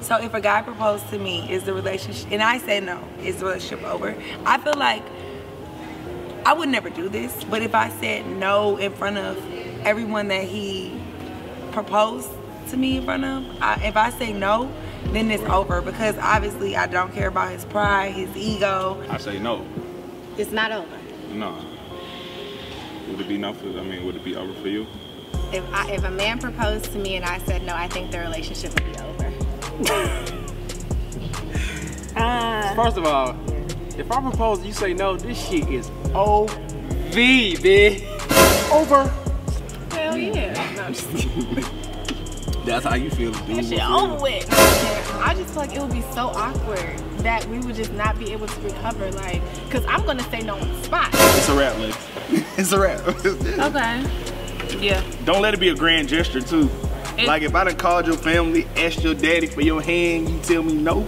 So if a guy proposed to me, is the relationship and I say no, is the relationship over? I feel like I would never do this, but if I said no in front of everyone that he proposed to me in front of, I, if I say no, then it's over because obviously I don't care about his pride, his ego. I say no. It's not over. No. Would it be no for? I mean, would it be over for you? If I, if a man proposed to me and I said no, I think the relationship would be over. Ah. First of all, if I propose, you say no. This shit is O V, bitch. Over. Hell yeah. No, I'm just kidding. That's how you feel. That Dude. shit over with. I just feel like it would be so awkward that we would just not be able to recover. Like, cause I'm gonna say no on the spot. It's a wrap, Lex. It's a wrap. Okay. Yeah. Don't let it be a grand gesture too. like if I done called your family, asked your daddy for your hand, you tell me no.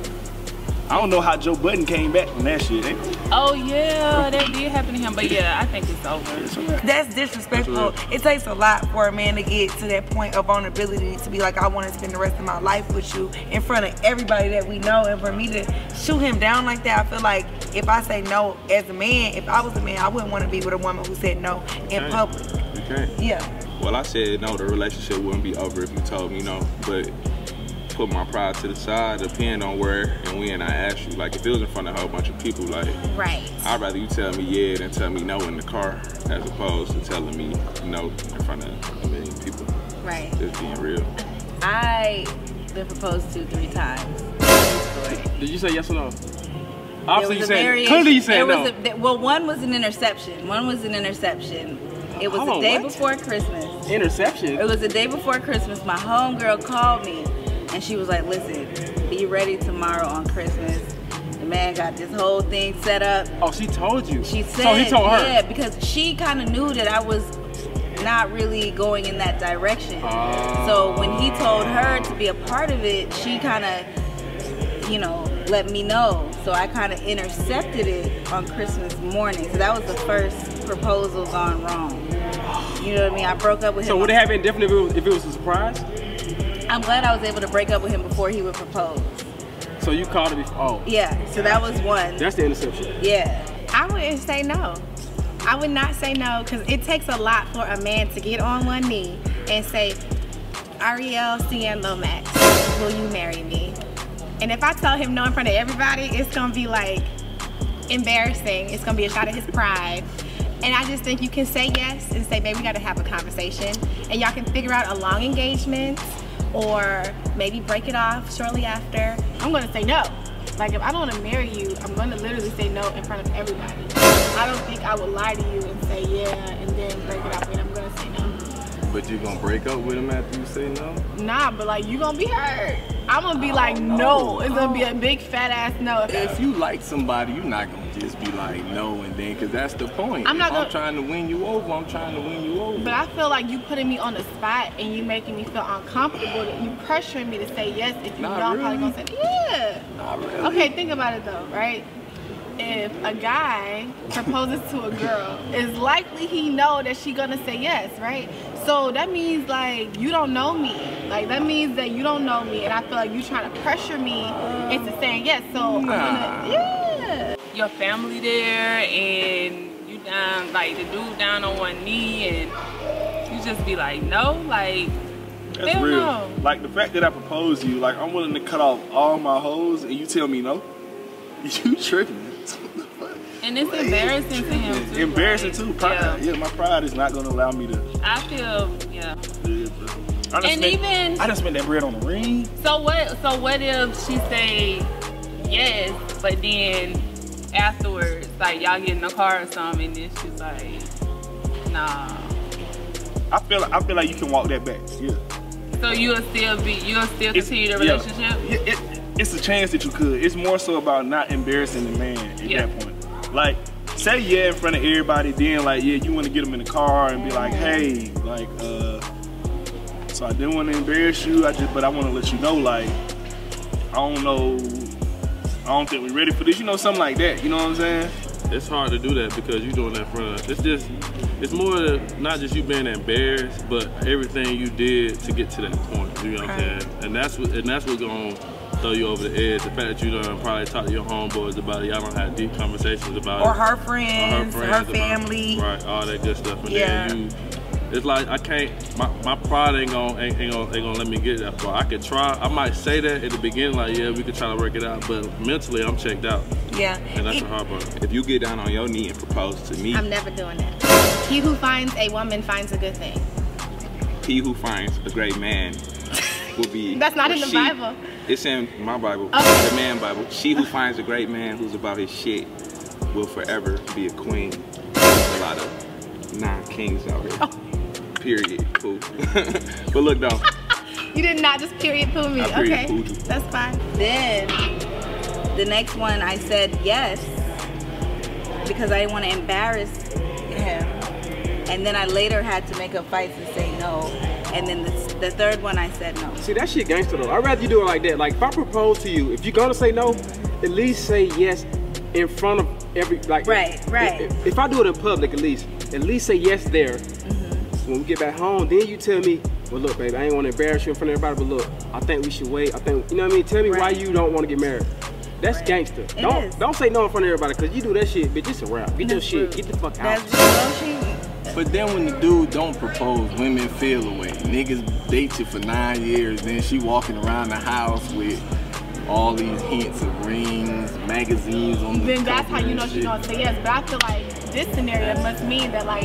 I don't know how Joe Button came back from that shit. Ain't Oh yeah, that did happen to him. But yeah, I think it's over. That's disrespectful. It takes a lot for a man to get to that point of vulnerability to be like, I want to spend the rest of my life with you in front of everybody that we know. And for me to shoot him down like that, I feel like if I say no as a man, if I was a man, I wouldn't want to be with a woman who said no in Okay. public. Okay. Yeah. Well, I said no. The relationship wouldn't be over if you told me no. But put my pride to the side. Depend on where and when I asked you. Like if it was in front of a whole bunch of people, like Right. I'd rather you tell me yeah than tell me no in the car, as opposed to telling me no in front of a million people. Right. Just being real. I been proposed to three times. Did you say yes or no? Obviously, you There was a said variation. clearly you said There no. was a- th- well, one was an interception. One was an interception. It was Hold the on, day what? before Christmas. It Interception. was the day before Christmas. My homegirl called me and she was like, listen, be ready tomorrow on Christmas. The man got this whole thing set up. Oh, she told you. She said, So he told her. yeah, because she kind of knew that I was not really going in that direction. so when he told her to be a part of it, she kind of, you know, let me know. So I kind of intercepted it on Christmas morning. So that was the first proposal gone wrong. You know what I mean? I broke up with him. So would it have been different if it was, if it was a surprise? I'm glad I was able to break up with him before he would propose. So you called it before. Oh, Yeah. So that was one. that's the interception. Yeah. I wouldn't say no. I would not say no because it takes a lot for a man to get on one knee and say, Ariel Cien Lomax, will you marry me? And if I tell him no in front of everybody, it's gonna be like embarrassing. It's gonna be a shot at his pride. And I just think you can say yes and say, babe, we gotta have a conversation. And y'all can figure out a long engagement or maybe break it off shortly after. I'm gonna say no. Like if I don't wanna marry you, I'm gonna literally say no in front of everybody. I don't think I would lie to you and say yeah and then break it off and I'm gonna say no. But you gonna break up with him after you say no? Nah, but like you gonna be hurt. I'm gonna be like, no. It's gonna be a big fat ass no. If you like somebody, you're not gonna just be like no and then, cause that's the point. I'm not If gonna- I'm trying to win you over. I'm trying to win you over. But I feel like you putting me on the spot and you making me feel uncomfortable. That you pressuring me to say yes if you Not know I'm probably really. gonna say yeah. Not really. Okay, think about it though, right? If a guy proposes to a girl, it's likely he know that she gonna say yes, right? So that means like you don't know me. Like that means that you don't know me, and I feel like you trying to pressure me into saying yes. So I'm gonna, yeah. your family there and you down like the dude down on one knee and you just be like no like That's Hell real. no. Like the fact that I proposed to you, like I'm willing to cut off all my hoes, and you tell me no. You tripping? and it's embarrassing to him too, Embarrassing like, too. Pride. Yeah. my pride is not gonna allow me to. yeah. i feel yeah I done and spent- even I just spent that bread on the ring. so what so what if she say yes but then afterwards like y'all get in the car or something and then she's like nah I feel. I feel like you can walk that back. Yeah. so you'll still be you'll still continue the yeah. relationship Yeah, it, it's a chance that you could. It's more so about not embarrassing the man at Yeah. that point. Like, say yeah in front of everybody, then like, yeah, you want to get them in the car and be like, hey, like, uh, so I didn't want to embarrass you. I just, but I want to let you know, like, I don't know, I don't think we're ready for this. You know, something like that. You know what I'm saying? it's hard to do that because you're doing that in front of. It's just, it's more not just you being embarrassed, but everything you did to get to that point. You know what I'm saying? And that's what, and that's what's gonna throw you over the edge. The fact that you don't probably talk to your homeboys about it, y'all don't have deep conversations about it. Or Or her Uh, her friends, her friends about- family. right, all that good stuff. And Yeah. then you, it's like I can't. My, my pride ain't gonna ain't, ain't gonna ain't gonna let me get that far. I could try. I might say that at the beginning, like yeah, we could try to work it out, but mentally I'm checked out, Yeah. and that's It- the hard part. If you get down on your knee and propose to me, I'm never doing that. He who finds a woman finds a good thing. he who finds a great man will be. That's not or in the she- Bible. It's in my Bible, Okay. Oh. the man Bible. She who finds a great man who's about his shit will forever be a queen. There's a lot of non kings out Oh. here. Period. Cool. but look though, You did not just period poo me. I period okay, poo'd you. that's fine. Then the next one, I said yes because I didn't want to embarrass him. And then I later had to make up fights and say no. And then the, the third one, I said no. See, that shit gangster though. I'd rather you do it like that. Like, if I propose to you, if you're gonna say no, at least say yes in front of every, like. Right, right. If, if I do it in public, at least, at least say yes there. Mm-hmm. When we get back home, then you tell me, well, look, baby, I ain't wanna embarrass you in front of everybody, but look, I think we should wait. I think, you know what I mean? Tell me why Right. you don't wanna get married. That's gangster. don't is. don't say no in front of everybody, cause you do that shit, bitch. It's a wrap. Get your That's shit. rude. Get the fuck out. That's just no cheating. But then when the dude don't propose, women feel away. Niggas date you for nine years, then she walking around the house with all these hints of rings, magazines on the Then that's cover how you and know she's shit. gonna say yes. But I feel like this scenario must mean that like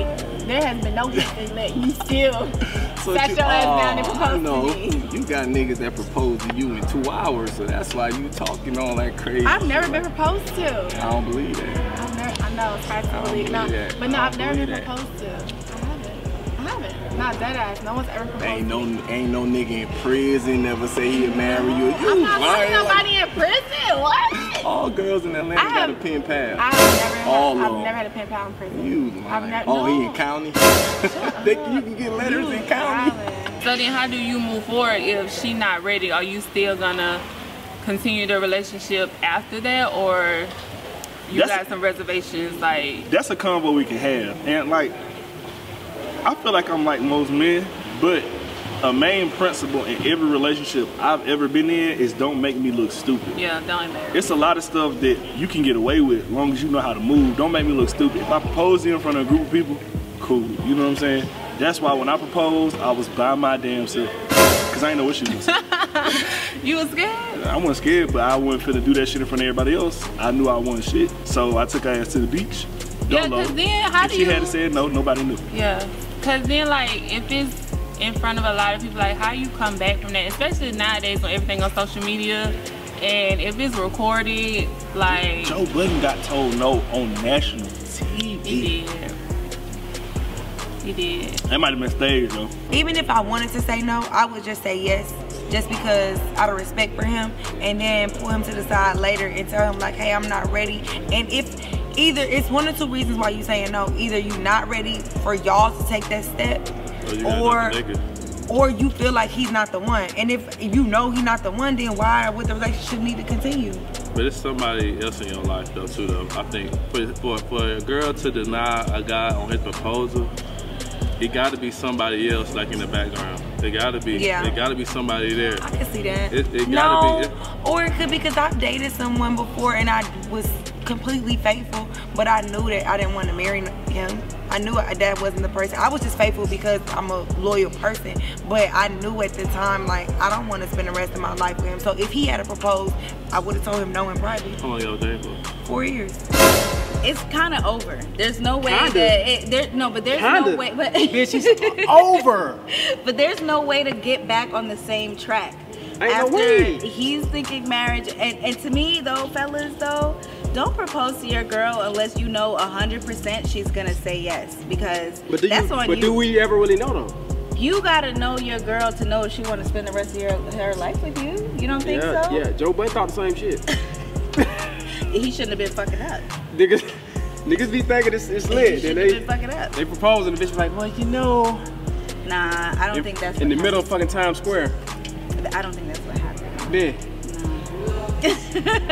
there has been no hint and that you still So sat you- your ass down and Oh, proposed no. to me. You got niggas that propose to you in two hours, so that's why you talking all that crazy. I've shit. never been proposed to. I don't believe that. I've never, I know it's hard to believe. No, believe that. but no, I I've never believe that. been proposed to. I haven't. I haven't. Not dead ass. No one's ever proposed. Ain't to no me. ain't no nigga in prison never say he'll marry you. You I'm not lying. putting like- nobody in prison. What? all girls in Atlanta I got a have- pen pal. I've never, had, All I've of 'em. never had a pen pal in prison. Oh, You I've lying. never. oh, no. he in county. they, you can get letters in county. Island. So then, how do you move forward if she not ready? Are you still gonna continue the relationship after that, or you That's- got some reservations? Like, that's a combo we can have. And like, I feel like I'm like most men, but a main principle in every relationship I've ever been in is don't make me look stupid. yeah, don't embarrass. It's a lot of stuff that you can get away with as long as you know how to move. Don't make me look stupid. If I propose to you in front of a group of people, cool. You know what I'm saying? That's why when I proposed, I was by my damn self. Cause I ain't know what she was. You was scared. I wasn't scared, but I wasn't finna do that shit in front of everybody else. I knew I wasn't shit, so I took her ass to the beach. Yeah, Dolo. cause then how if do she you? had said no, nobody knew. Yeah, cause then like if it's in front of a lot of people, like how you come back from that, especially nowadays when everything on social media, and if it's recorded, like Joe Budden got told no on national you TV. did, you did. That might have been staged though. Even if I wanted to say no, I would just say yes, just because out of respect for him, and then pull him to the side later and tell him like, hey, I'm not ready. And if either it's one or two reasons why you saying no, either you not ready for y'all to take that step, Oh, you got or nothing naked. or you feel like he's not the one. And if you know he's not the one, then why would the relationship need to continue? But it's somebody else in your life though too though. I think for for, for a girl to deny a guy on his proposal, it got to be somebody else like in the background. It got to be. Yeah. It got to be somebody there. I can see that. It- it no, gotta be- or it could be because I've dated someone before and I was completely faithful, but I knew that I didn't want to marry him. I knew I- that wasn't the person. I was just faithful because I'm a loyal person, but I knew at the time like I don't want to spend the rest of my life with him. So if he had a proposed, I would have told him no in private. Come on, yo, Dave. Four years. It's kind of over. There's no way Kinda. that it, there. No, but there's Kinda. no way. But Bitch, it's over. But there's no way to get back on the same track. no After way. he's thinking marriage, and, and to me though, fellas though, don't propose to your girl unless you know hundred percent she's gonna say yes because But do that's you, on but you. do we ever really know though? you gotta know your girl to know if she want to spend the rest of your her life with you. You don't think yeah, so? yeah. Joe Budden thought the same shit. He shouldn't have been fucking up. niggas, niggas be thinking it's, it's He lit. Then shouldn't they have been fucking up. they propose and the bitch be like, well, you know, Nah, I don't in, think that's in the what middle of fucking Times Square. happened. I don't think that's what happened.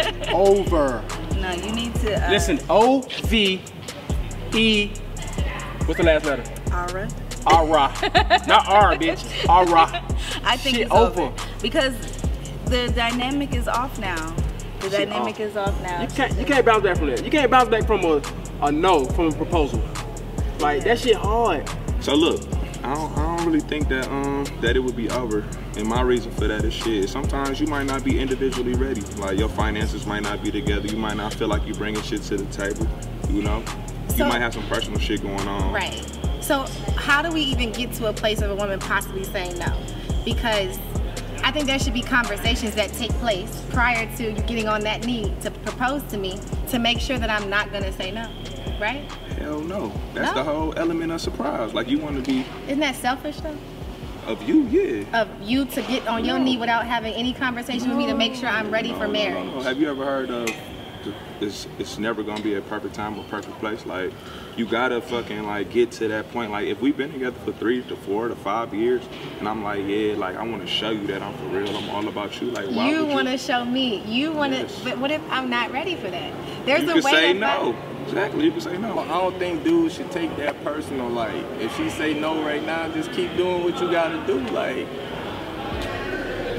Then over. No, you need to uh, Listen, O V E. What's the last letter? Ara. Ara, not R, bitch. Ara. I think Shit it's over. over. because the dynamic is off now. The She dynamic off. is off now. You can't you can't bounce back from that. You can't bounce back from a, a no from a proposal. Like that shit hard. So look, I don't, I don't really think that um that it would be over. And my reason for that is shit. Sometimes you might not be individually ready. Like your finances might not be together. You might not feel like you're bringing shit to the table. You know, you So- might have some personal shit going on. Right. So how do we even get to a place of a woman possibly saying no? Because I think there should be conversations that take place prior to you getting on that knee to propose to me to make sure that I'm not gonna say no. Right? Hell no. That's No? the whole element of surprise. Like you want to be Isn't that selfish though? of you, yeah. Of you to get on your knee without having any conversation with me to make sure I'm ready for marriage. Oh, have you ever heard of th- it's it's never gonna be a perfect time or perfect place? Like you gotta fucking like get to that point. Like if we've been together for three to four to five years, and I'm like, yeah, like I want to show you that I'm for real. I'm all about you. Like why You would want to show me. You want to, Yes. but what if I'm not ready for that? You There's a way can say that no. Exactly, you can say I no. don't think dudes should take that personal. Like, if she say no right now, just keep doing what you gotta do. Like,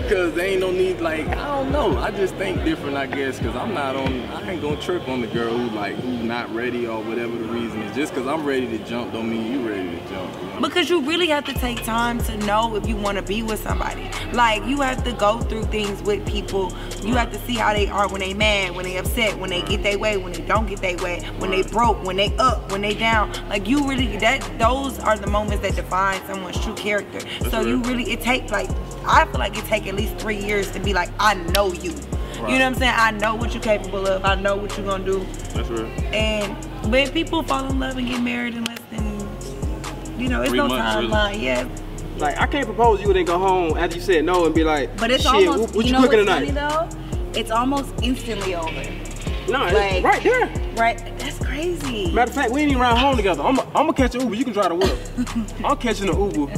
cause they ain't no need. Like, I don't know. I just think different, I guess. Cause I'm not on. I ain't gonna trip on the girl who like who's not ready or whatever the reason is. Just cause I'm ready to jump, don't mean you ready to jump. you know? Because you really have to take time to know if you want to be with somebody. Like you have to go through things with people. You have to see how they are when they mad, when they upset, when they get their way, when they don't get their way, when they broke, when they up, when they down. Like you really that those are the moments that define someone's true character. so you really it take like I feel like it take at least three years to be like I know you. You know what I'm saying? I know what you're capable of. I know what you're gonna do. That's real. And when people fall in love and get married in less than, you know, it's Three no months, really. timeline. Yeah, Like I can't propose you and then go home after you said no and be like, But it's shit, almost what, what you, you know cooking what's funny tonight? though? It's almost instantly over. No, it's Like- right there. Right? That's crazy. Matter of fact, we ain't even around home together. I'm gonna catch an Uber. You can drive the whip. I'm catching an Uber.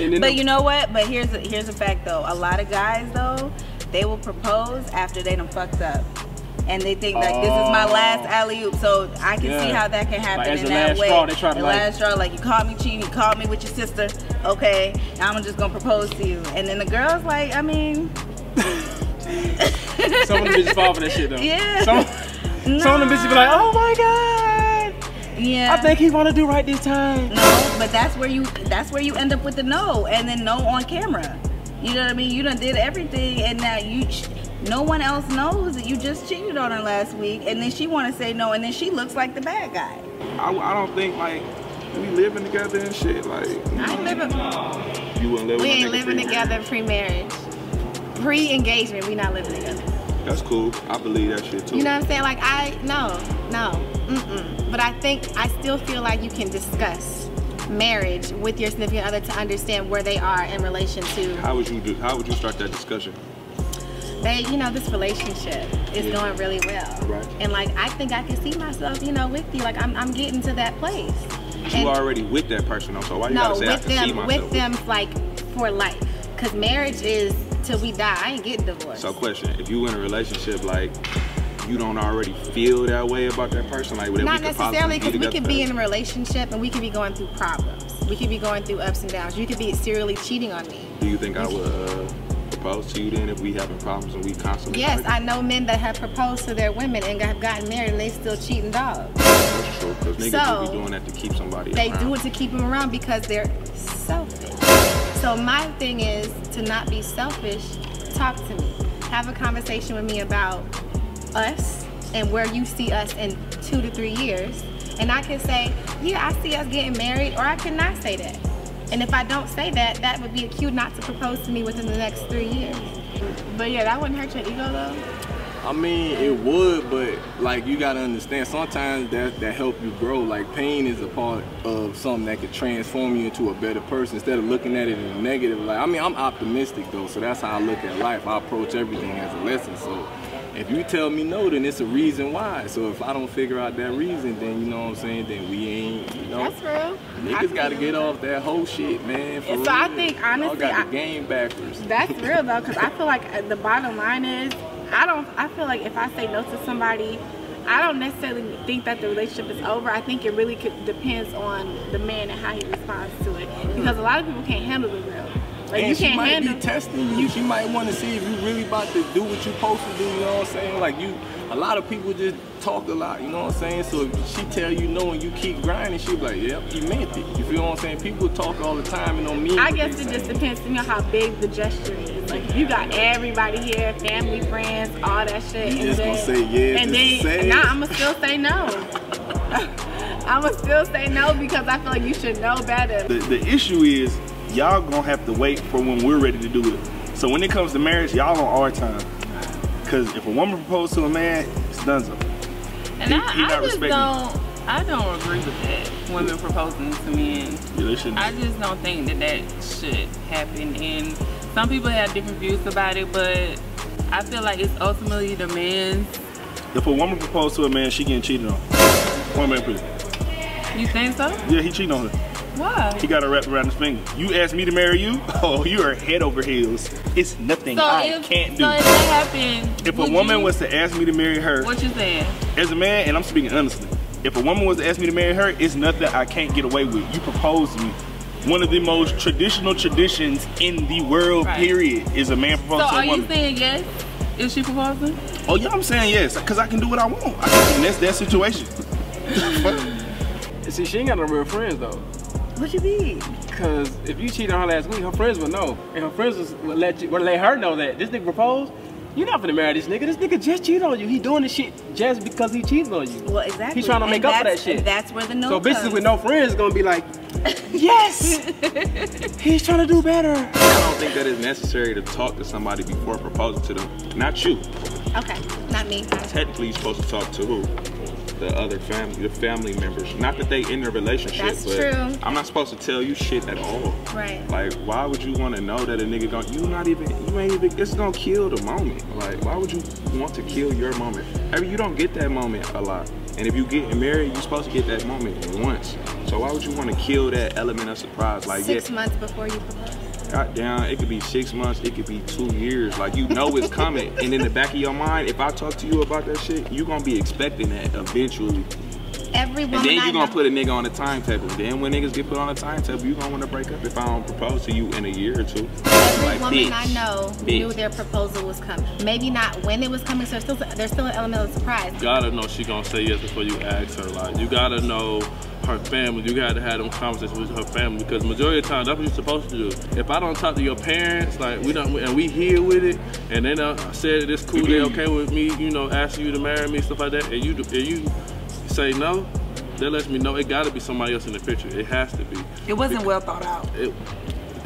And then But you know what? But here's a, here's a fact though. A lot of guys though, they will propose after they done fucked up, and they think like this is my last alley oop. So I can see Oh. Yeah. how that can happen Like, as in the that last way. straw, they try to, the like- last straw, like you called me cheating, you called me with your sister. Okay, I'm just gonna propose to you, and then the girl's like, I mean, some of them bitches fall for that shit though. Yeah. Some, some of them Nah. bitches be like, oh my god, yeah. I think he wanna do right this time. No, but that's where you that's where you end up with the no, and then no on camera. You know what I mean? You done did everything, and now you ch- no one else knows that you just cheated on her last week, and then she want to say no, and then she looks like the bad guy. I, I don't think like we living together and shit. Like I ain't living, you wouldn't live. with we a ain't nigga living for a year. together pre-marriage, pre-engagement. We not living together. That's cool. I believe that shit too. You know what I'm saying? Like I no, no, mm-mm. But I think I still feel like you can discuss marriage with your significant other to understand where they are in relation to how would you do? How would you start that discussion? they. You know, this relationship is going really well, Right. and like I think I can see myself, you know, with you. Like I'm, I'm getting to that place. You And- already with that person, though, so why you no, gotta say I with can see them, myself? with them, like for life, because marriage is till we die. I ain't getting divorced. So, question: If you in a relationship, like you don't already feel that way about that person, like that Not we could possibly necessarily, because we could together be in forever? a relationship and we could be going through problems. We could be going through ups and downs. You could be serially cheating on me. Do you think I would uh, propose to you then if we having problems and we constantly? Yes, argue? I know men that have proposed to their women and have gotten married and they still cheating dogs. That's true, 'cause niggas So, will be doing that to keep somebody. They around. do it to keep them around because they're selfish. So my thing is to not be selfish. Talk to me. Have a conversation with me about us and where you see us in two to three years. And I can say, yeah, I see us getting married, or I cannot say that. And if I don't say that, that would be a cue not to propose to me within the next three years. But yeah, that wouldn't hurt your ego though. I mean, it would, but like you gotta understand, sometimes that that help you grow. Like pain is a part of something that could transform you into a better person. Instead of looking at it in a negative, like I mean, I'm optimistic though, so that's how I look at life. I approach everything as a lesson. So if you tell me no, then it's a reason why. So if I don't figure out that reason, then you know what I'm saying, then we ain't. You know, That's real. niggas gotta get off that whole shit, man. For So real. I think, Y'all honestly, got I- the game backwards. That's real though, because I feel like uh, the bottom line is I don't. I feel like if I say no to somebody, I don't necessarily think that the relationship is over. I think it really could, depends on the man and how he responds to it, because a lot of people can't handle the real. Like and you she can't might handle. be testing you. She might want to see if you really about to do what you supposed to do. You know what I'm saying? Like you, a lot of people just talk a lot. You know what I'm saying? So if she tell you no and you keep grinding, she be like, "Yep, you meant it." You feel what I'm saying? People talk all the time and don't mean. I what guess they it saying. just depends to me on how big the gesture is. Like if you got everybody here, family, friends, all that shit. You and just then, gonna say yeah, And just to say then it. nah, I'ma still say no. I'ma still say no because I feel like you should know better. The, the issue is y'all gonna have to wait for when we're ready to do it. So when it comes to marriage, y'all on our time. Cause if a woman proposes to a man, it's done. He- And I, he not I just respecting- don't, I don't agree with that. Women proposing to men. Yeah, they shouldn't. I just don't think that that should happen. And some people have different views about it, but I feel like it's ultimately the man's. If a woman proposes to a man, she getting cheated on. One man pretty. You think so? Yeah, he cheated on her. Why? He got her wrapped around his finger. You asked me to marry you? Oh, you are head over heels. It's nothing So I if can't do. so if that happened, if a would woman you- was to ask me to marry her, what you saying? as a man, and I'm speaking honestly, if a woman was to ask me to marry her, it's nothing I can't get away with. You proposed to me. One of the most traditional traditions in the world, Right. period, is a man So proposing to are a you woman. saying yes? Is she proposing? oh yeah, I'm saying yes, because I can do what I want. I can, and that's that situation. See, she ain't got no real friends though. What you mean? Cause if you cheated on her last week, her friends would know, and her friends was- would let you, would let her know that this nigga proposed. You're not gonna marry this nigga. This nigga just cheated on you. He doing this shit just because he cheated on you. Well, exactly. He tryna And make up for that's- that shit. That's where the no. So bitches comes. with no friends gonna be like, yes, he's trying to do better. I don't think that it's necessary to talk to somebody before proposing to them. Not you. Okay, not me. Technically, you're supposed to talk to who? The other family, the family members. Not that they in the relationship, That's but true. I'm not supposed to tell you shit at all. Right. Like, why would you want to know that a nigga going? You not even. You ain't even. It's gonna kill the moment. Like, why would you want to kill your moment? I mean, you don't get that moment a lot. And if you getting married, you're supposed to get that moment once. So why would you want to kill that element of surprise? Like, Six yeah, months before you propose. goddamn, it could be six months, it could be two years. Like, you know it's coming. and in the back of your mind, if I talk to you about that shit, you gonna be expecting that eventually. Every woman And then I you're know- gonna put a nigga on the timetable. Then when niggas get put on the timetable, you gonna wanna break up if I don't propose to you in a year or two. Every Like, woman bitch, I know knew bitch. their proposal was coming. Maybe not when it was coming, so there's still, there's still an element of surprise. gotta know she gonna say yes before you ask her. Like you gotta know her family. You gotta have them conversations with her family because majority of the time that's what you're supposed to do. If I don't talk to your parents, like we don't, and we here with it, and they don't said it, it's cool, they okay with me, you know, asking you to marry me, stuff like that, and you and you say no, that lets me know it gotta be somebody else in the picture. It has to be. It wasn't well thought out. It,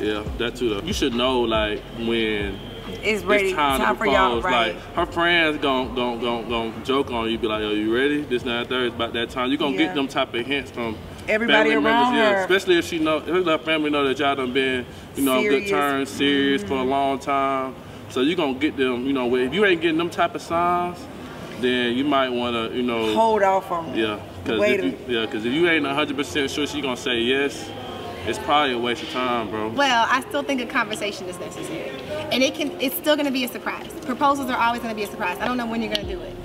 yeah, that too. Though. You should know like when It's ready. it's time, to for propose. y'all, right? Like her friends gon' gon' gon' gon' joke on you, be like, "Are you ready?" This nine thirty is about that time. You gonna Yeah. get them type of hints from Everybody family around members, her. yeah. Especially if she know, if her family know that y'all done been, you know, on good Serious. Mm-hmm. terms, serious for a long time. So you gonna get them, you know, if you ain't getting them type of signs, then you might wanna, you know, Hold off on. it. yeah, because Wait if you, yeah, 'cause if you ain't one hundred percent sure she gonna say yes, it's probably a waste of time, bro. Well, I still think a conversation is necessary, and it can. It's still going to be a surprise. Proposals are always going to be a surprise. I don't know when you're going to do it.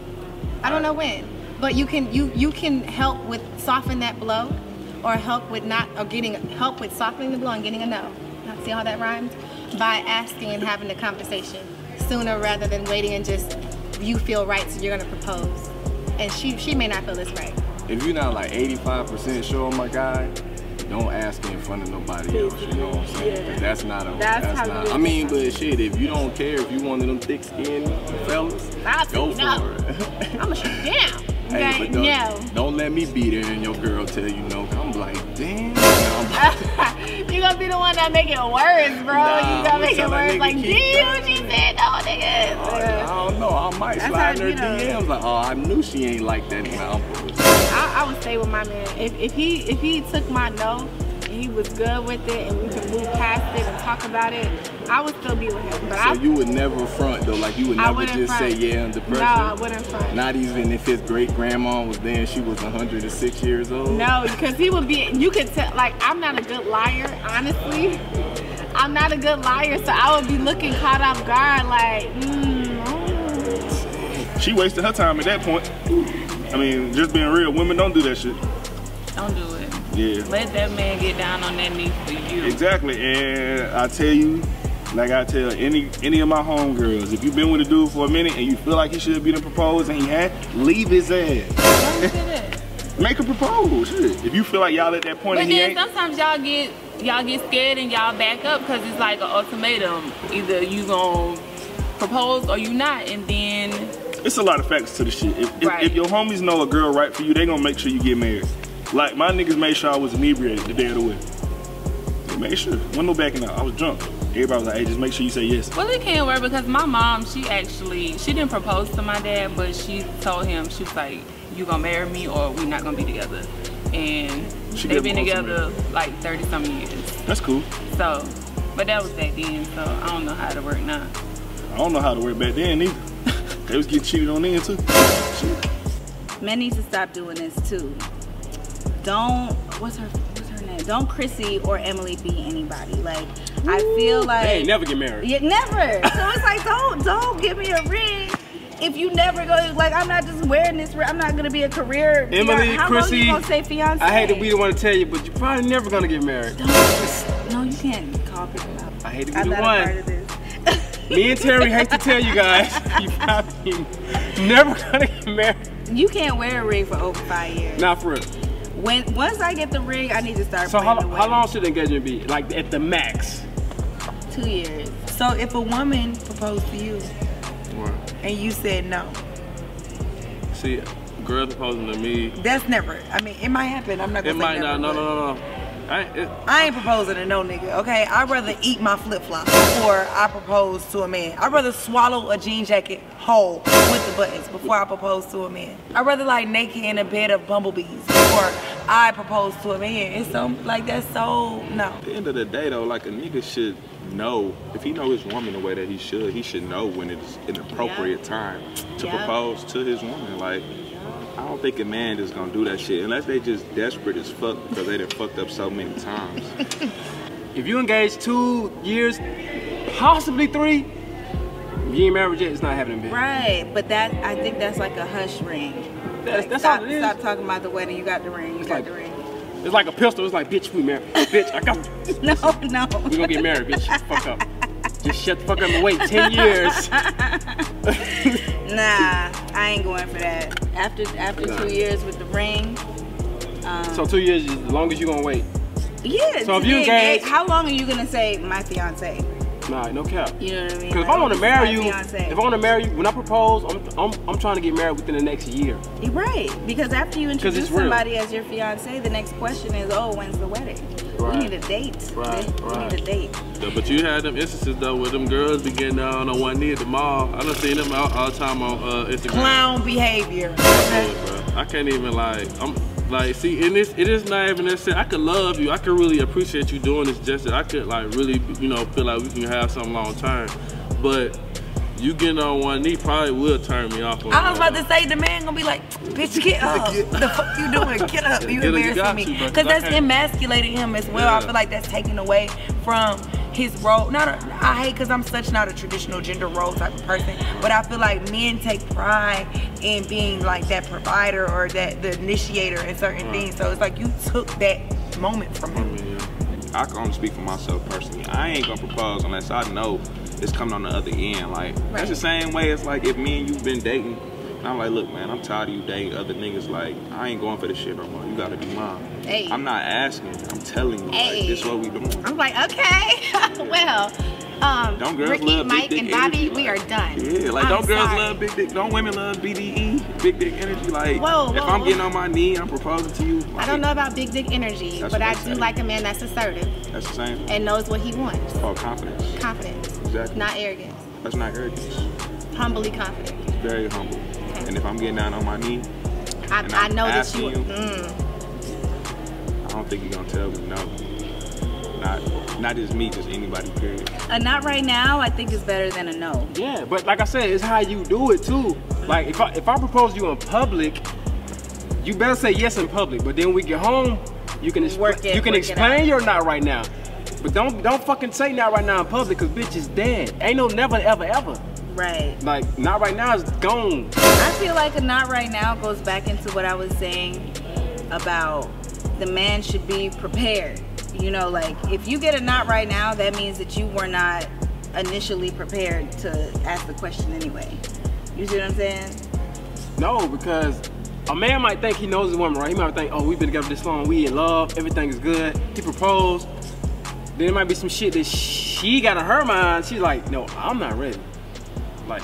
I don't know when, but you can you you can help with soften that blow, or help with not or getting help with softening the blow and getting a no. Not see how that rhymes? By asking and having the conversation sooner rather than waiting and just you feel right, so you're going to propose, and she she may not feel this right. if you're not like 85% sure, my guy, don't ask in front of nobody else. You know what I'm saying? 'Cause That's not a. That's how not. you- I mean, but shit, if you don't care, if you one of them thick-skinned fellas, I'll go take it up. for it. I'm gonna shut down. Hey, Okay? but don't, no. don't let me be there and your girl tell you no. I'm like, damn. And I'm like, you gonna be the one that make it worse, bro. Nah, you gonna I'm make it gonna worse. nigga Like, keep damn, she said no, nigga. oh, I don't know. I might That's slide how in her you know. DMs like, oh, I knew she ain't like that. Now. I, I would stay with my man. If, if he if he took my no, and he was good with it, and we could move past it and talk about it, I would still be with him. But I, So you would never front though. Like you would I never wouldn't just front. say yeah under pressure. no, I wouldn't front. Not even if his great grandma was there and she was 106 years old. No, because he would be. You could tell. Like, I'm not a good liar, honestly. I'm not a good liar, so I would be looking caught off guard, like, mm, mm. She wasted her time at that point. I mean, just being real, women don't do that shit. Don't do it. Yeah. Let that man get down on that knee for you. Exactly, and I tell you, Like I tell any any of my homegirls, if you've been with a dude for a minute and you feel like he should be the propose and he had, leave his ass. Why you say that? Make a propose. Shit. If you feel like y'all at that point But and he then ain't, sometimes y'all get y'all get scared and y'all back up because it's like an ultimatum. Either you gonna propose or you not, and then it's a lot of facts to the shit. If, if, Right. if your homies know a girl right for you, they gonna make sure you get married. Like my niggas made sure I was inebriated the day of the wedding. They made sure. Wasn't no backing out. I was drunk. Everybody was like, hey, just make sure you say yes. well it can't work because my mom she actually she didn't propose to my dad, but she told him she was like you gonna marry me or we not gonna be together, and She they've did been propose to together like thirty some years. That's cool. So, but that was back then, so I don't know how to work now. I don't know how to work back then either. they was getting cheated on then too. Men need to stop doing this too. Don't what's her what's her name? Don't Chrissy or Emily be anybody. Like I feel like They ain't never get married. Yeah, never. So it's like, don't don't give me a ring if you never go. Like, I'm not just wearing this ring. I'm not gonna be a career. Emily, how long Chrissy, you gonna say fiance? I hate to be the one to tell you, but you're probably never gonna get married. No, you can't call people out. I hate to be I'm the not a part one. of this. Me and Terry hate to tell you guys, you probably never gonna get married. You can't wear a ring for over five years. Not for real. When once I get the ring, I need to start. So how, planning the how long wedding. should the engagement be? Like at the max? Two years. So if a woman proposed to you and you said no, See, girls proposing to me, that's never. I mean, it might happen. I'm not it gonna might say not. never. No, but no, no, no. I ain't, it, I ain't proposing to no nigga. Okay, I'd rather eat my flip flop before I propose to a man. I'd rather swallow a jean jacket whole with the buttons before I propose to a man. I'd rather like naked in a bed of bumblebees before I propose to a man. It's so like that's so no. At the end of the day, though, like a nigga should know if he know his woman the way that he should, he should know when it's an appropriate time to Yeah. propose to his woman. Like, I don't think a man is gonna do that shit unless they just desperate as fuck because they done fucked up so many times. If you engage two years, possibly three, you ain't married yet, it's not happening, bitch. Right, but that I think that's like a hush ring. That's, that's stop, all it is. stop talking about the wedding. You got the ring. You got like- the ring. It's like a pistol. It's like, bitch, we married. bitch, I got No, no. We gonna get married, bitch. Shut the fuck up. Just shut the fuck up and wait 10 years. Nah, I ain't going for that. After after two years with the ring, um, So two years is as long as you gonna wait. yeah. So to if you be engaged- engaged- how long are you gonna say my fiance? Nah, no cap. You know what I mean? Cause if Like, I want to this is marry my you, fiance. if I want to marry you, when I propose, I'm, I'm I'm trying to get married within the next year. You're right, because after you introduce it's real. somebody as your fiance, the next question is, oh, when's the wedding? Right. We need a date. Right, we right. need a date. Yeah, but you had them instances though where them girls be getting down on one knee at the mall. I done seen them all, all the time on uh, Instagram. Clown behavior. Look, bro, I can't even like. I'm like, see, and it's it is not even that simple. I could love you. I could really appreciate you doing this gesture. I could like really, you know, feel like we can have something long term. But you getting on one knee probably will turn me off. On I was that. about to say the man gonna be like, bitch, get up. the fuck you doing? Get up. Get up, You you embarrassing got me. to, bro, 'cause Because I that's can't- emasculating him as well. I Yeah. feel like that's taken away from his role. Not a, I hate because I'm such not a traditional gender role type of person, but I feel like men take pride in being like that provider or that the initiator in certain things. So it's like you took that moment from him. I can only speak for myself personally. I ain't gonna propose unless I know it's coming on the other end. Like that's the same way it's like if me and you've been dating, and I'm like, look, man, I'm tired of you dating other niggas. Like I ain't going for this shit no more. You gotta do mine. Hey. I'm not asking. I'm telling you. Like, Hey. this what we doing. I'm like, okay, well, um, Don't girls Ricky, love big Mike, dick and Bobby, energy? we are done. Yeah, like I'm don't girls sorry. love big dick? Don't women love BDE? Big dick energy. Like Whoa, if whoa, I'm getting whoa. on my knee, I'm proposing to you. I like, don't know about big dick energy, That's but I what do they say. like a man that's assertive That's the same. and knows what he wants. Called confidence. Confidence, Exactly. not arrogant, That's not arrogance. humbly confident. It's very humble. And if I'm getting down on my knee, I, And I I'm know that asking you. you. Mm, I don't think you're gonna tell me no. Not not just me, just anybody, period. A Uh, not right now, I think is better than a no. Yeah, but like I said, it's how you do it too. Like if I if I propose you in public, you better say yes in public. But then we get home, you can expl- Work it, you can work it explain you're not right now. But don't don't fucking say not right now in public, cause bitch is dead. Ain't no never ever ever. Right. Like not right now is gone. I feel like a not right now goes back into what I was saying about the man should be prepared. You know, like if you get a not right now, that means that you were not initially prepared to ask the question anyway. You see what I'm saying? No, because a man might think he knows his woman, right? He might think, oh, we've been together this long, we in love, everything is good. He proposed. Then it might be some shit that she got in her mind. She's like, no, I'm not ready. Like,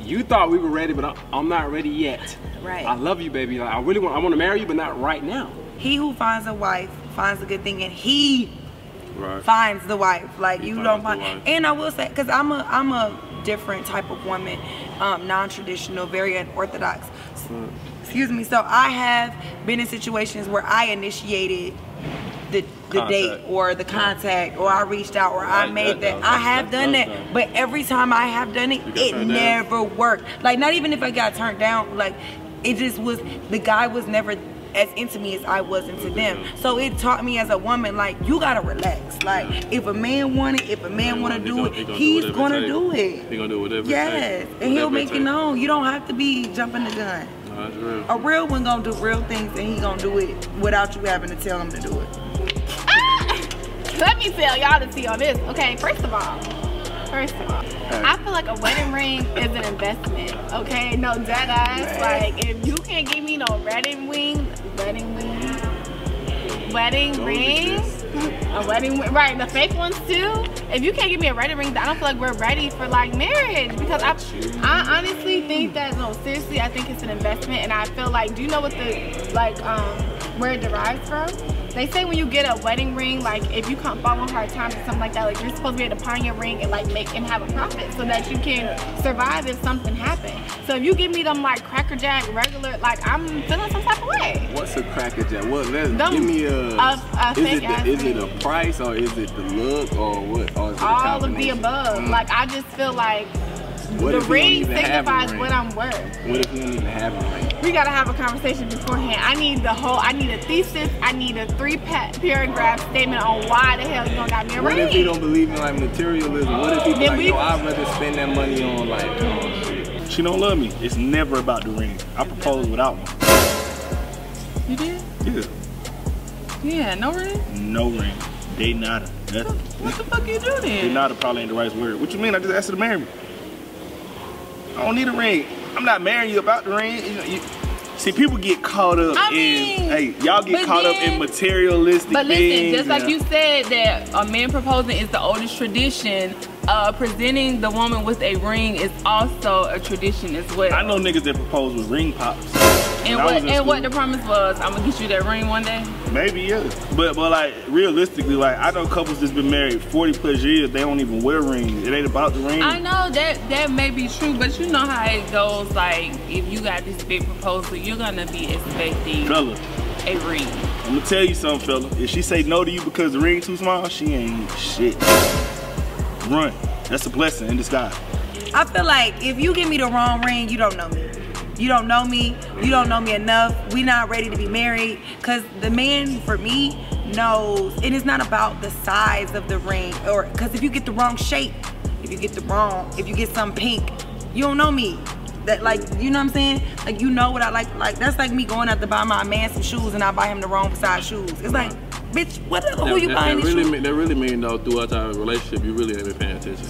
you thought we were ready, but I- I'm not ready yet. Right. I love you, baby. Like, I really want, I want to marry you, but not right now. He who finds a wife finds a good thing, and he Right. finds the wife. Like He you finds don't the find. wife. And I will say, because I'm a I'm a different type of woman, um, non-traditional, very unorthodox. S- Excuse me. So I have been in situations where I initiated the the date Contact. or the contact or I reached out or I Like made that, that. though. I have That's done tough, that, though. but every time I have done it, You got it turned down? never worked. Like not even if I got turned down, like it just was the guy was never as into me as I was into them. Mm-hmm. So it taught me as a woman, like you gotta relax. Like if a man want it, if a man wanna He do gonna- it, he gonna do he's whatever it gonna take. do He it. gonna do whatever. it Yes, take. and he'll Whatever it make it take. known. You don't have to be jumping the gun. No, that's real. A real one gonna do real things, and he gonna do it without you having to tell him to do it. Ah! Let me tell y'all the tea on this. Okay, first of all, first of all, I feel like a wedding ring is an investment. Okay, no dead eyes. Like if you can't give me no wedding ring, wedding ring, wedding ring, a wedding wi- Oh, right? The fake ones too. If you can't give me a wedding ring, I don't feel like we're ready for like marriage because I, I honestly think that no, seriously, I think it's an investment, and I feel like, do you know what the like um where it derives from? They say when you get a wedding ring, like if you come follow hard times or something like that, like you're supposed to be able to pawn your ring and like make and have a profit so that you can survive if something happens. So if you give me them like cracker jack regular, like I'm feeling some type of way. What's a cracker jack? What? Let, Them- give me a. a- a is it fake ass the, is it thing. a price or is it the look or what? Or is it a all of the combination? above. Mm. Like I just feel like What the if we don't ring even have a signifies ring? what I'm worth. What if we don't even have a ring? We gotta have a conversation beforehand. I need the whole. I need a thesis. I need a three pa- paragraph statement on why the hell you don't got me a What ring. if he don't believe in like materialism? What if he be Then like, we- yo, I'd rather spend that money on like, um, She don't love me. It's never about the ring. I proposed without one. You did? Yeah. Yeah, no ring? No ring. They not a nothing. What the fuck you do They then? not a probably ain't the right word. What you mean? I just asked her to marry me. I don't need a ring. I'm not marrying you about the ring. You know, you- see, people get caught up I in mean, hey, y'all get but caught up in then- materialistic But listen, things. just like you said that a man proposing is the oldest tradition, uh, presenting the woman with a ring is also a tradition as well. I know niggas that propose with ring pops. and I what was and in what the promise was, I'm gonna get you that ring one day. Maybe yeah, but but like realistically, like I know couples that's been married 40 plus years, they don't even wear rings. It ain't about the ring. I know that that may be true, but you know how it goes. Like if you got this big proposal, you're gonna be expecting Fella, a ring. I'm gonna tell you something, fella. If she say no to you because the ring too small, she ain't shit. Run. That's a blessing in disguise. I feel like if you give me the wrong ring, you don't know me. You don't know me. You don't know me enough. We not ready to be married. Cause the man for me knows it is not about the size of the ring. Or cause if you get the wrong shape, if you get the wrong, if you get some pink, you don't know me. That like you know what I'm saying? Like you know what I like. Like that's like me going out to buy my man some shoes and I buy him the wrong size shoes. It's like, bitch, what the, who That- you that, buying that these really shoes? mean, that really mean though throughout our relationship you really ain't been paying attention.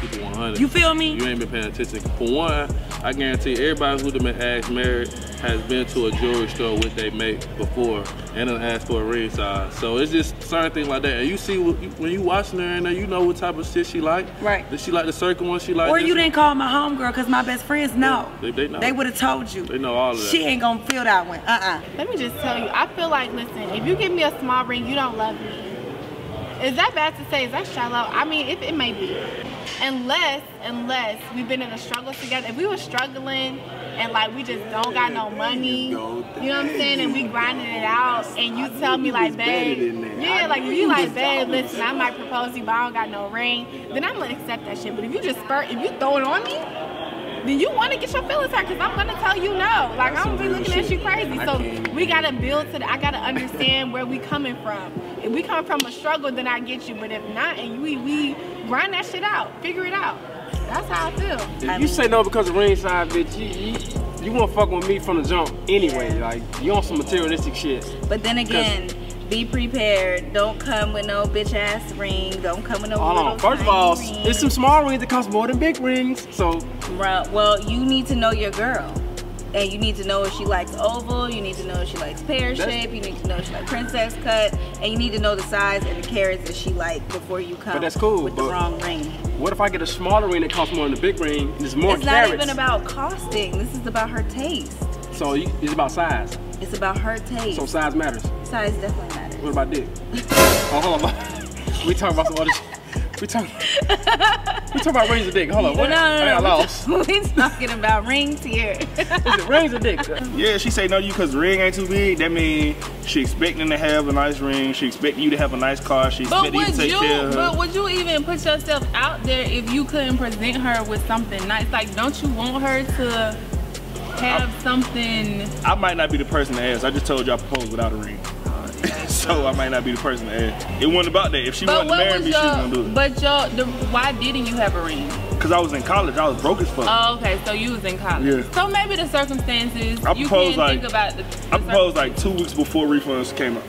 Keep it 100. You feel me? You ain't been paying attention. For one, I guarantee everybody who's been asked married has been to a jewelry store with they mate before and then asked for a ring size. So it's just certain things like that. And you see what- you- when you watching her and you know what type of shit she like. Right. Does she like the circle one? She like. Or this you one? didn't call my homegirl because my best friends know. They- they know. would have told you. They know all of that. She ain't gonna feel that one. Uh Let me just tell you, I feel like listen, if you give me a small ring, you don't love me. Is that bad to say? Is that shallow? I mean, it, it may be. Unless, unless we've been in a struggle together. If we were struggling and like we just don't got no money, you know what I'm saying, and we grinding it out, and you tell me like, babe, yeah, like if you like, babe, listen, I might propose to you, but I don't got no ring, then I'm gonna accept that shit. But if you just spurt, if you throw it on me, then you want to get your feelings hurt because I'm gonna tell you no. Like I'm gonna be looking at you crazy. So we gotta build to. The, I gotta understand where we coming from. If we coming from a struggle, then I get you. But if not, and we we grind that shit out, figure it out. That's how I feel. If you say no because of ring size, bitch, you, you, you won't fuck with me from the jump anyway. Like, you on some materialistic shit. But then again, Be prepared. Don't come with no bitch ass ring. Don't come with no Hold little on. First of tiny all, ring. it's some small rings that cost more than big rings. So Bruh, Well, you need to know your girl. And you need to know if she likes oval, you need to know if she likes pear That's- shape, you need to know if she likes princess cut, and you need to know the size and the carrots that she like before you come that's cool, with but- the wrong ring. what if I get a smaller ring that costs more than the big ring? And it's more it's carrots. not even about costing. This is about her taste. so you, it's about size. It's about her taste. So size matters. size definitely matters. What about dick? oh, hold on. We talking about some other. Sh- we talking. We talking about rings of dick. Hold on. Well, What? I got lost. We're talking about rings here. Is it rings of dick? Yeah, she say no to you because the ring ain't too big. That mean she expecting to have a nice ring. She expecting you to have a nice car. She But expecting you to would take you? care of her. But would you even put yourself out there if you couldn't present her with something nice? Like, don't you want her to have something? I might not be the person to ask. I just told you I proposed without a ring. so I might not be the person to ask. It wasn't about that. If she But wanted to what marry was me, she was gonna your? do it. But your, the, why didn't you have a ring? Cause I was in college. I was broke as fuck. Oh, okay. So you was in college. Yeah. So maybe the circumstances. I you can't propose, like- think about the. I the proposed like two weeks before refunds came out.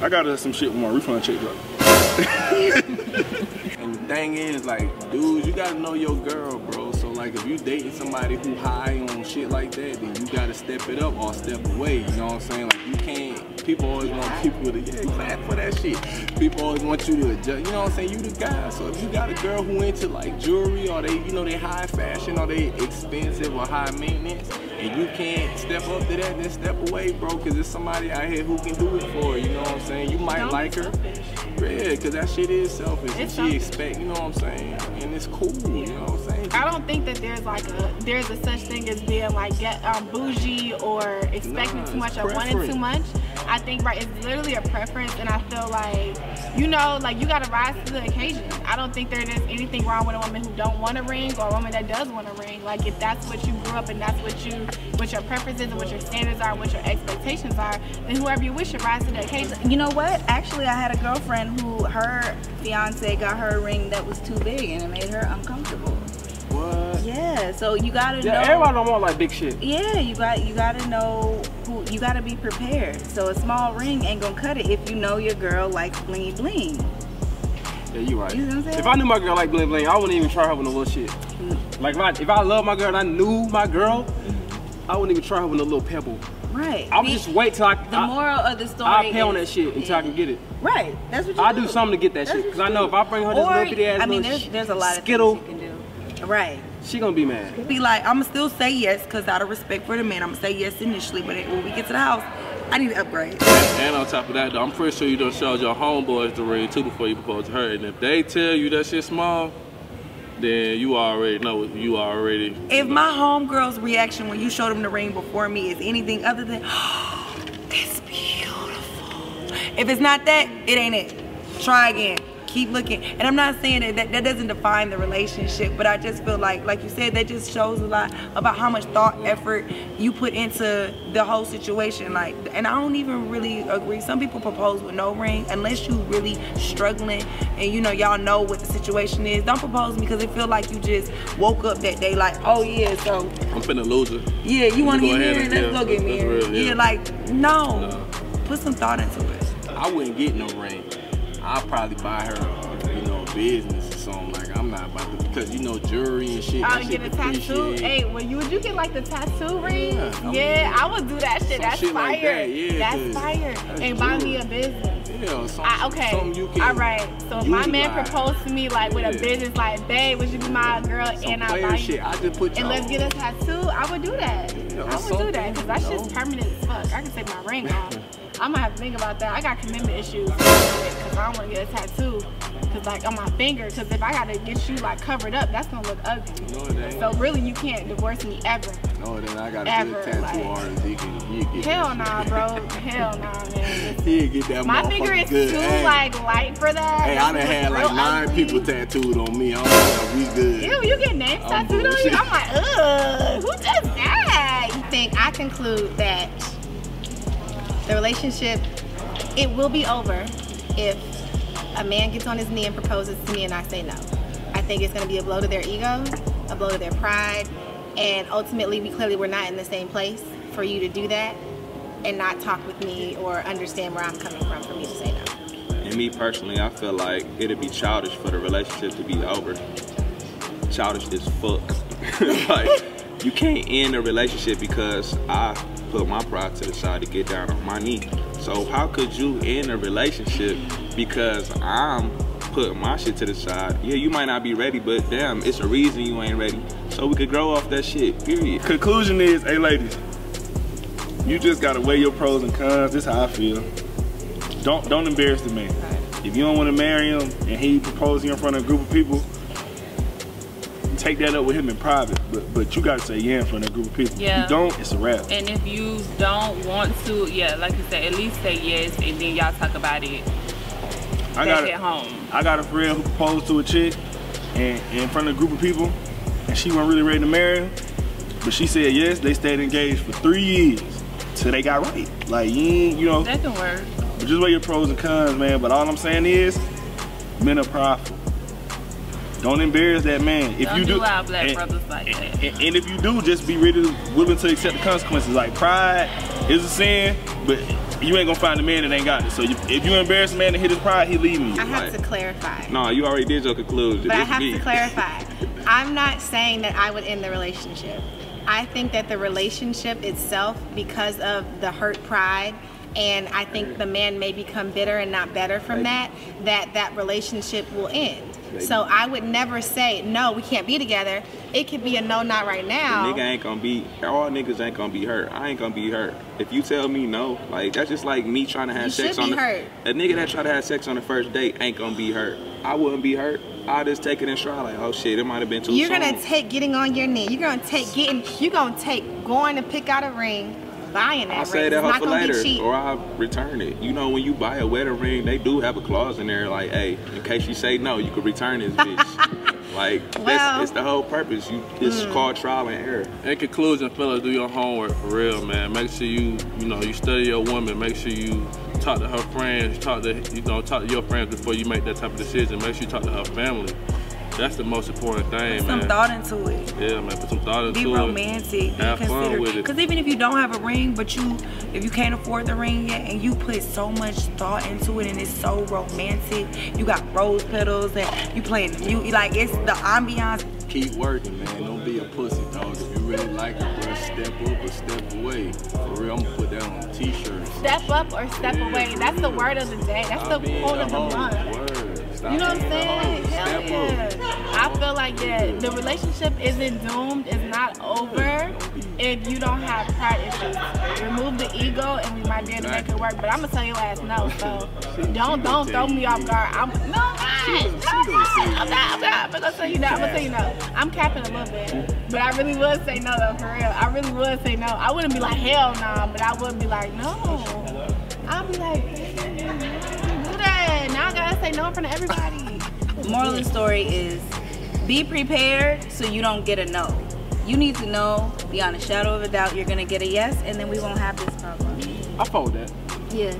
I got her some shit when my refund check dropped. And the thing is, like, dudes, you gotta know your girl, bro. So like, if you dating somebody who high on shit like that, then you gotta step it up or step away. You know what I'm saying? Like, you can't. People always want people to yeah, clap for that shit. People always want you to adjust. You know what I'm saying? You the guy. So if you got a girl who into like jewelry or they, you know, they high fashion or they expensive or high maintenance, and you can't step up to that, then step away, bro. Cause there's somebody out here who can do it for her. You know what I'm saying? You might Don't be like her. selfish. Yeah, cause that shit is selfish. and It's she selfish. expect, you know what I'm saying? And it's cool, you know what I'm saying? I don't think that there's like a there's a such thing as being like get um, bougie or expecting Nah, too much it's or wanting preference. too much. I think right, it's literally a preference, and I feel like you know, like you gotta rise to the occasion. I don't think there is anything wrong with a woman who don't want a ring or a woman that does want a ring. Like if that's what you grew up and that's what you what your preferences and what your standards are, and what your expectations are, then whoever you wish should rise to the occasion. You know what? Actually, I had a girlfriend who her fiance got her a ring that was too big and it made her uncomfortable. What? Yeah, so you gotta Yeah, know. everybody don't want like big shit. Yeah, you got you gotta know who you gotta be prepared. So a small ring ain't gonna cut it if you know your girl likes blingy bling. Yeah, you right. You know what I'm saying? If I knew my girl like bling bling, I wouldn't even try her with no little shit. Mm. Like if I, if I love my girl and I knew my girl, Mm-hmm. I wouldn't even try her with a little pebble. Right. I would Be- just wait till I the I, moral of the story. I pay on that is- shit until I can get it. Right. That's what you I do something to get that That's shit what because I you know do. if I bring her this Or- little bitty ass I mean, little there's there's a lot of skittle, things you can do. Right. she gonna be mad. be like, I'm gonna still say yes because out of respect for the man, I'm gonna say yes initially. But when we get to the house, I need to upgrade. And on top of that, though, I'm pretty sure you done showed your homeboys the ring too before you proposed to her. And if they tell you that shit small, then you already know you already. If my homegirl's reaction when you showed them the ring before me is anything other than, it's beautiful. If it's not that, it ain't it. Try again. Keep looking. And I'm not saying that, that that doesn't define the relationship, but I just feel like, like you said, that just shows a lot about how much thought, effort you put into the whole situation. Like, and I don't even really agree. Some people propose with no ring unless you really struggling and you know y'all know what the situation is. Don't propose because it feel like you just woke up that day like, oh yeah, so I'm finna lose her. yeah, you want to go get ahead married? and- Let's yeah, go get that's married. real, yeah. yeah. like no. No. put some thought into it. I wouldn't get no ring. I'd probably buy her, uh, you know, a business or something. Like, I'm not about to, because, you know, jewelry and shit. I that would shit get a tattoo. depreciate. Hey, well, you would you get like the tattoo ring? Yeah, I Yeah, mean, I would do that shit. some That's shit fire. like that, yeah, That's dude. fire. That's and buy me a jewelry. business. Yeah, something, I, okay. something you can All right. So if my man utilize. proposed to me like with a Yeah. business, like, babe, would you be my girl? Some and I player buy shit. you. I just put And y'all- let's get a tattoo. I would do that. Yeah, I would do something, that because that's you just know. permanent as fuck. I can take my ring off. I'm gonna have to think about that. I got commitment issues because I don't want to get a tattoo. Cause like on my finger, cause if I gotta get you like covered up, that's gonna look ugly. No, it ain't. So really, you can't divorce me ever. No, then I got a Ever, good tattoo like- artist. He can, he can get Hell that nah, shit. bro. Hell nah, man. He'll get that My finger motherfucker is good. too Hey. like light for that. Hey, I done It's had like real nine ugly. people tattooed on me. I don't know. We good. Ew, you get names I'm tattooed on you? bullshit. I'm like, ugh, who does that? You think I conclude that the relationship, it will be over if a man gets on his knee and proposes to me and I say no. I think it's gonna be a blow to their ego, a blow to their pride, and ultimately we clearly were not in the same place for you to do that. and not talk with me or understand where I'm coming from for me to say no. And me personally, I feel like it'd be childish for the relationship to be over. Childish as fuck. like, you can't end a relationship because I put my pride to the side to get down on my knee. So how could you end a relationship because I'm putting my shit to the side? Yeah, you might not be ready, but damn, it's a reason you ain't ready. So we could grow off that shit, period. Conclusion is, hey ladies, you just gotta weigh your pros and cons. This how I feel. Don't don't embarrass the man. If you don't want to marry him and he proposes you in front of a group of people, take that up with him in private. But but you gotta say yeah in front of a group of people. If Yeah. you don't, it's a wrap. And if you don't want to, yeah, like you said, at least say yes, and then y'all talk about it I back got at it. home. I got a friend who proposed to a chick and and in front of a group of people, and she wasn't really ready to marry him, but she said yes. They stayed engaged for three years till they got right. Like you, ain't- you know, That can work. but just weigh your pros and cons, man. But all I'm saying is, men are prideful. Don't embarrass that man. If Don't you do, do our black and, brothers like and, that. and- and if you do, just be ready, to, willing to accept the consequences. Like pride is a sin, but you ain't gonna find a man that ain't got it. So you, if you embarrass a man to hit his pride, he leaving you. I Right. have to clarify. No, you already did your conclusion. But I It's have me. to clarify. I'm not saying that I would end the relationship. I think that the relationship itself, because of the hurt pride, and I think the man may become bitter and not better from that, that that relationship will end. So I would never say, no, we can't be together. It could be a no, not right now. Nigga ain't gonna be all niggas ain't gonna be hurt. I ain't gonna be hurt. If you tell me no, like that's just like me trying to have You sex should on be the, hurt. a nigga that try to have sex on the first date ain't gonna be hurt. I wouldn't be hurt. I just take it and try like, oh shit, it might have been too You're soon. gonna take getting on your knee. You're gonna take getting. You're gonna take going to pick out a ring, buying that I ring. say that it's hoe not for gonna later, be cheap. or I return it. You know, when you buy a wedding ring, they do have a clause in there like, hey, in case you say no, you could return this bitch. like Well- that's it's the whole purpose. You it's Mm. called trial and error. In conclusion, fellas, do your homework for real, man. Make sure you, you know, you study your woman. Make sure you talk to her friends. Talk to, you know, talk to your friends before you make that type of decision. Make sure you talk to her family. That's the most important thing, Put man. some thought into it. yeah, man. Put some thought into Be it. romantic. Have be fun with it. Because even if you don't have a ring, but you, if you can't afford the ring yet, and you put so much thought into it, and it's so romantic. You got rose petals, and you playing the music. Like it's the ambiance. Keep working, man. Don't be a pussy, dog. If you really like it, bro, step up or step away. For real, I'm gonna put that on a t-shirt. Step up or step away. That's the word of the day. That's the quote of the month. You know what I'm saying? Hell yeah. I feel like that the relationship isn't doomed, it's not over if you don't have pride issues. Remove the ego and we might be able to make it work. But I'm gonna tell your ass no, so don't don't throw me off guard. I'm no I'm not. No, I'm not. I'm not. I'm not. I'm gonna tell you no, I'm gonna tell you no. I'm capping a little bit. But I really would say no though, for real. I really would say no. I wouldn't be like hell no, but I would be like no. I'll be like, do that. Now I gotta say no in front of everybody. Moral of the story is be prepared so you don't get a no. You need to know beyond a shadow of a doubt you're gonna get a yes, and then we won't have this problem. I fold that. Yeah.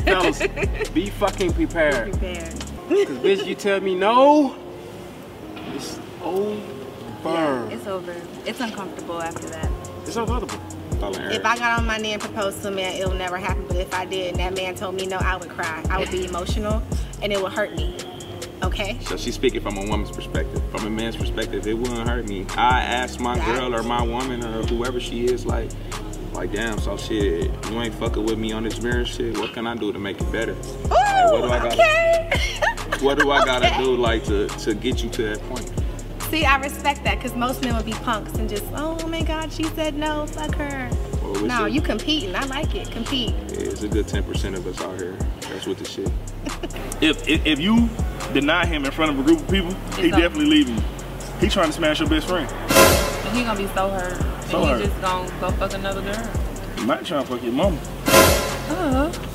Fellas, be fucking prepared. Prepared. Cause bitch, you tell me no, it's over. It's over. It's uncomfortable after that. It's uncomfortable. Trial and error. If I got on my knee and proposed to a man, it would never happen. But if I did and that man told me no, I would cry. I would be emotional and it would hurt me. Okay? So she's speaking from a woman's perspective. From a man's perspective, it wouldn't hurt me. I asked my girl or my woman or whoever she is, like, like damn, so shit, you ain't fucking with me on this marriage shit. What can I do to make it better? Ooh, what do I gotta- okay. What do I gotta Okay. do, like, to to get you to that point? See, I respect that because most men would be punks and just, oh my God, she said no, fuck her. Or we No, should- you competing. I like it. Compete. It's a good ten percent of us out here. That's what the shit. If, if if you deny him in front of a group of people, he It's over. definitely leaving you. He trying to smash your best friend. And he gonna be so hurt. So and hurt. he just gonna go fuck another girl. He might try to fuck your mama. Uh,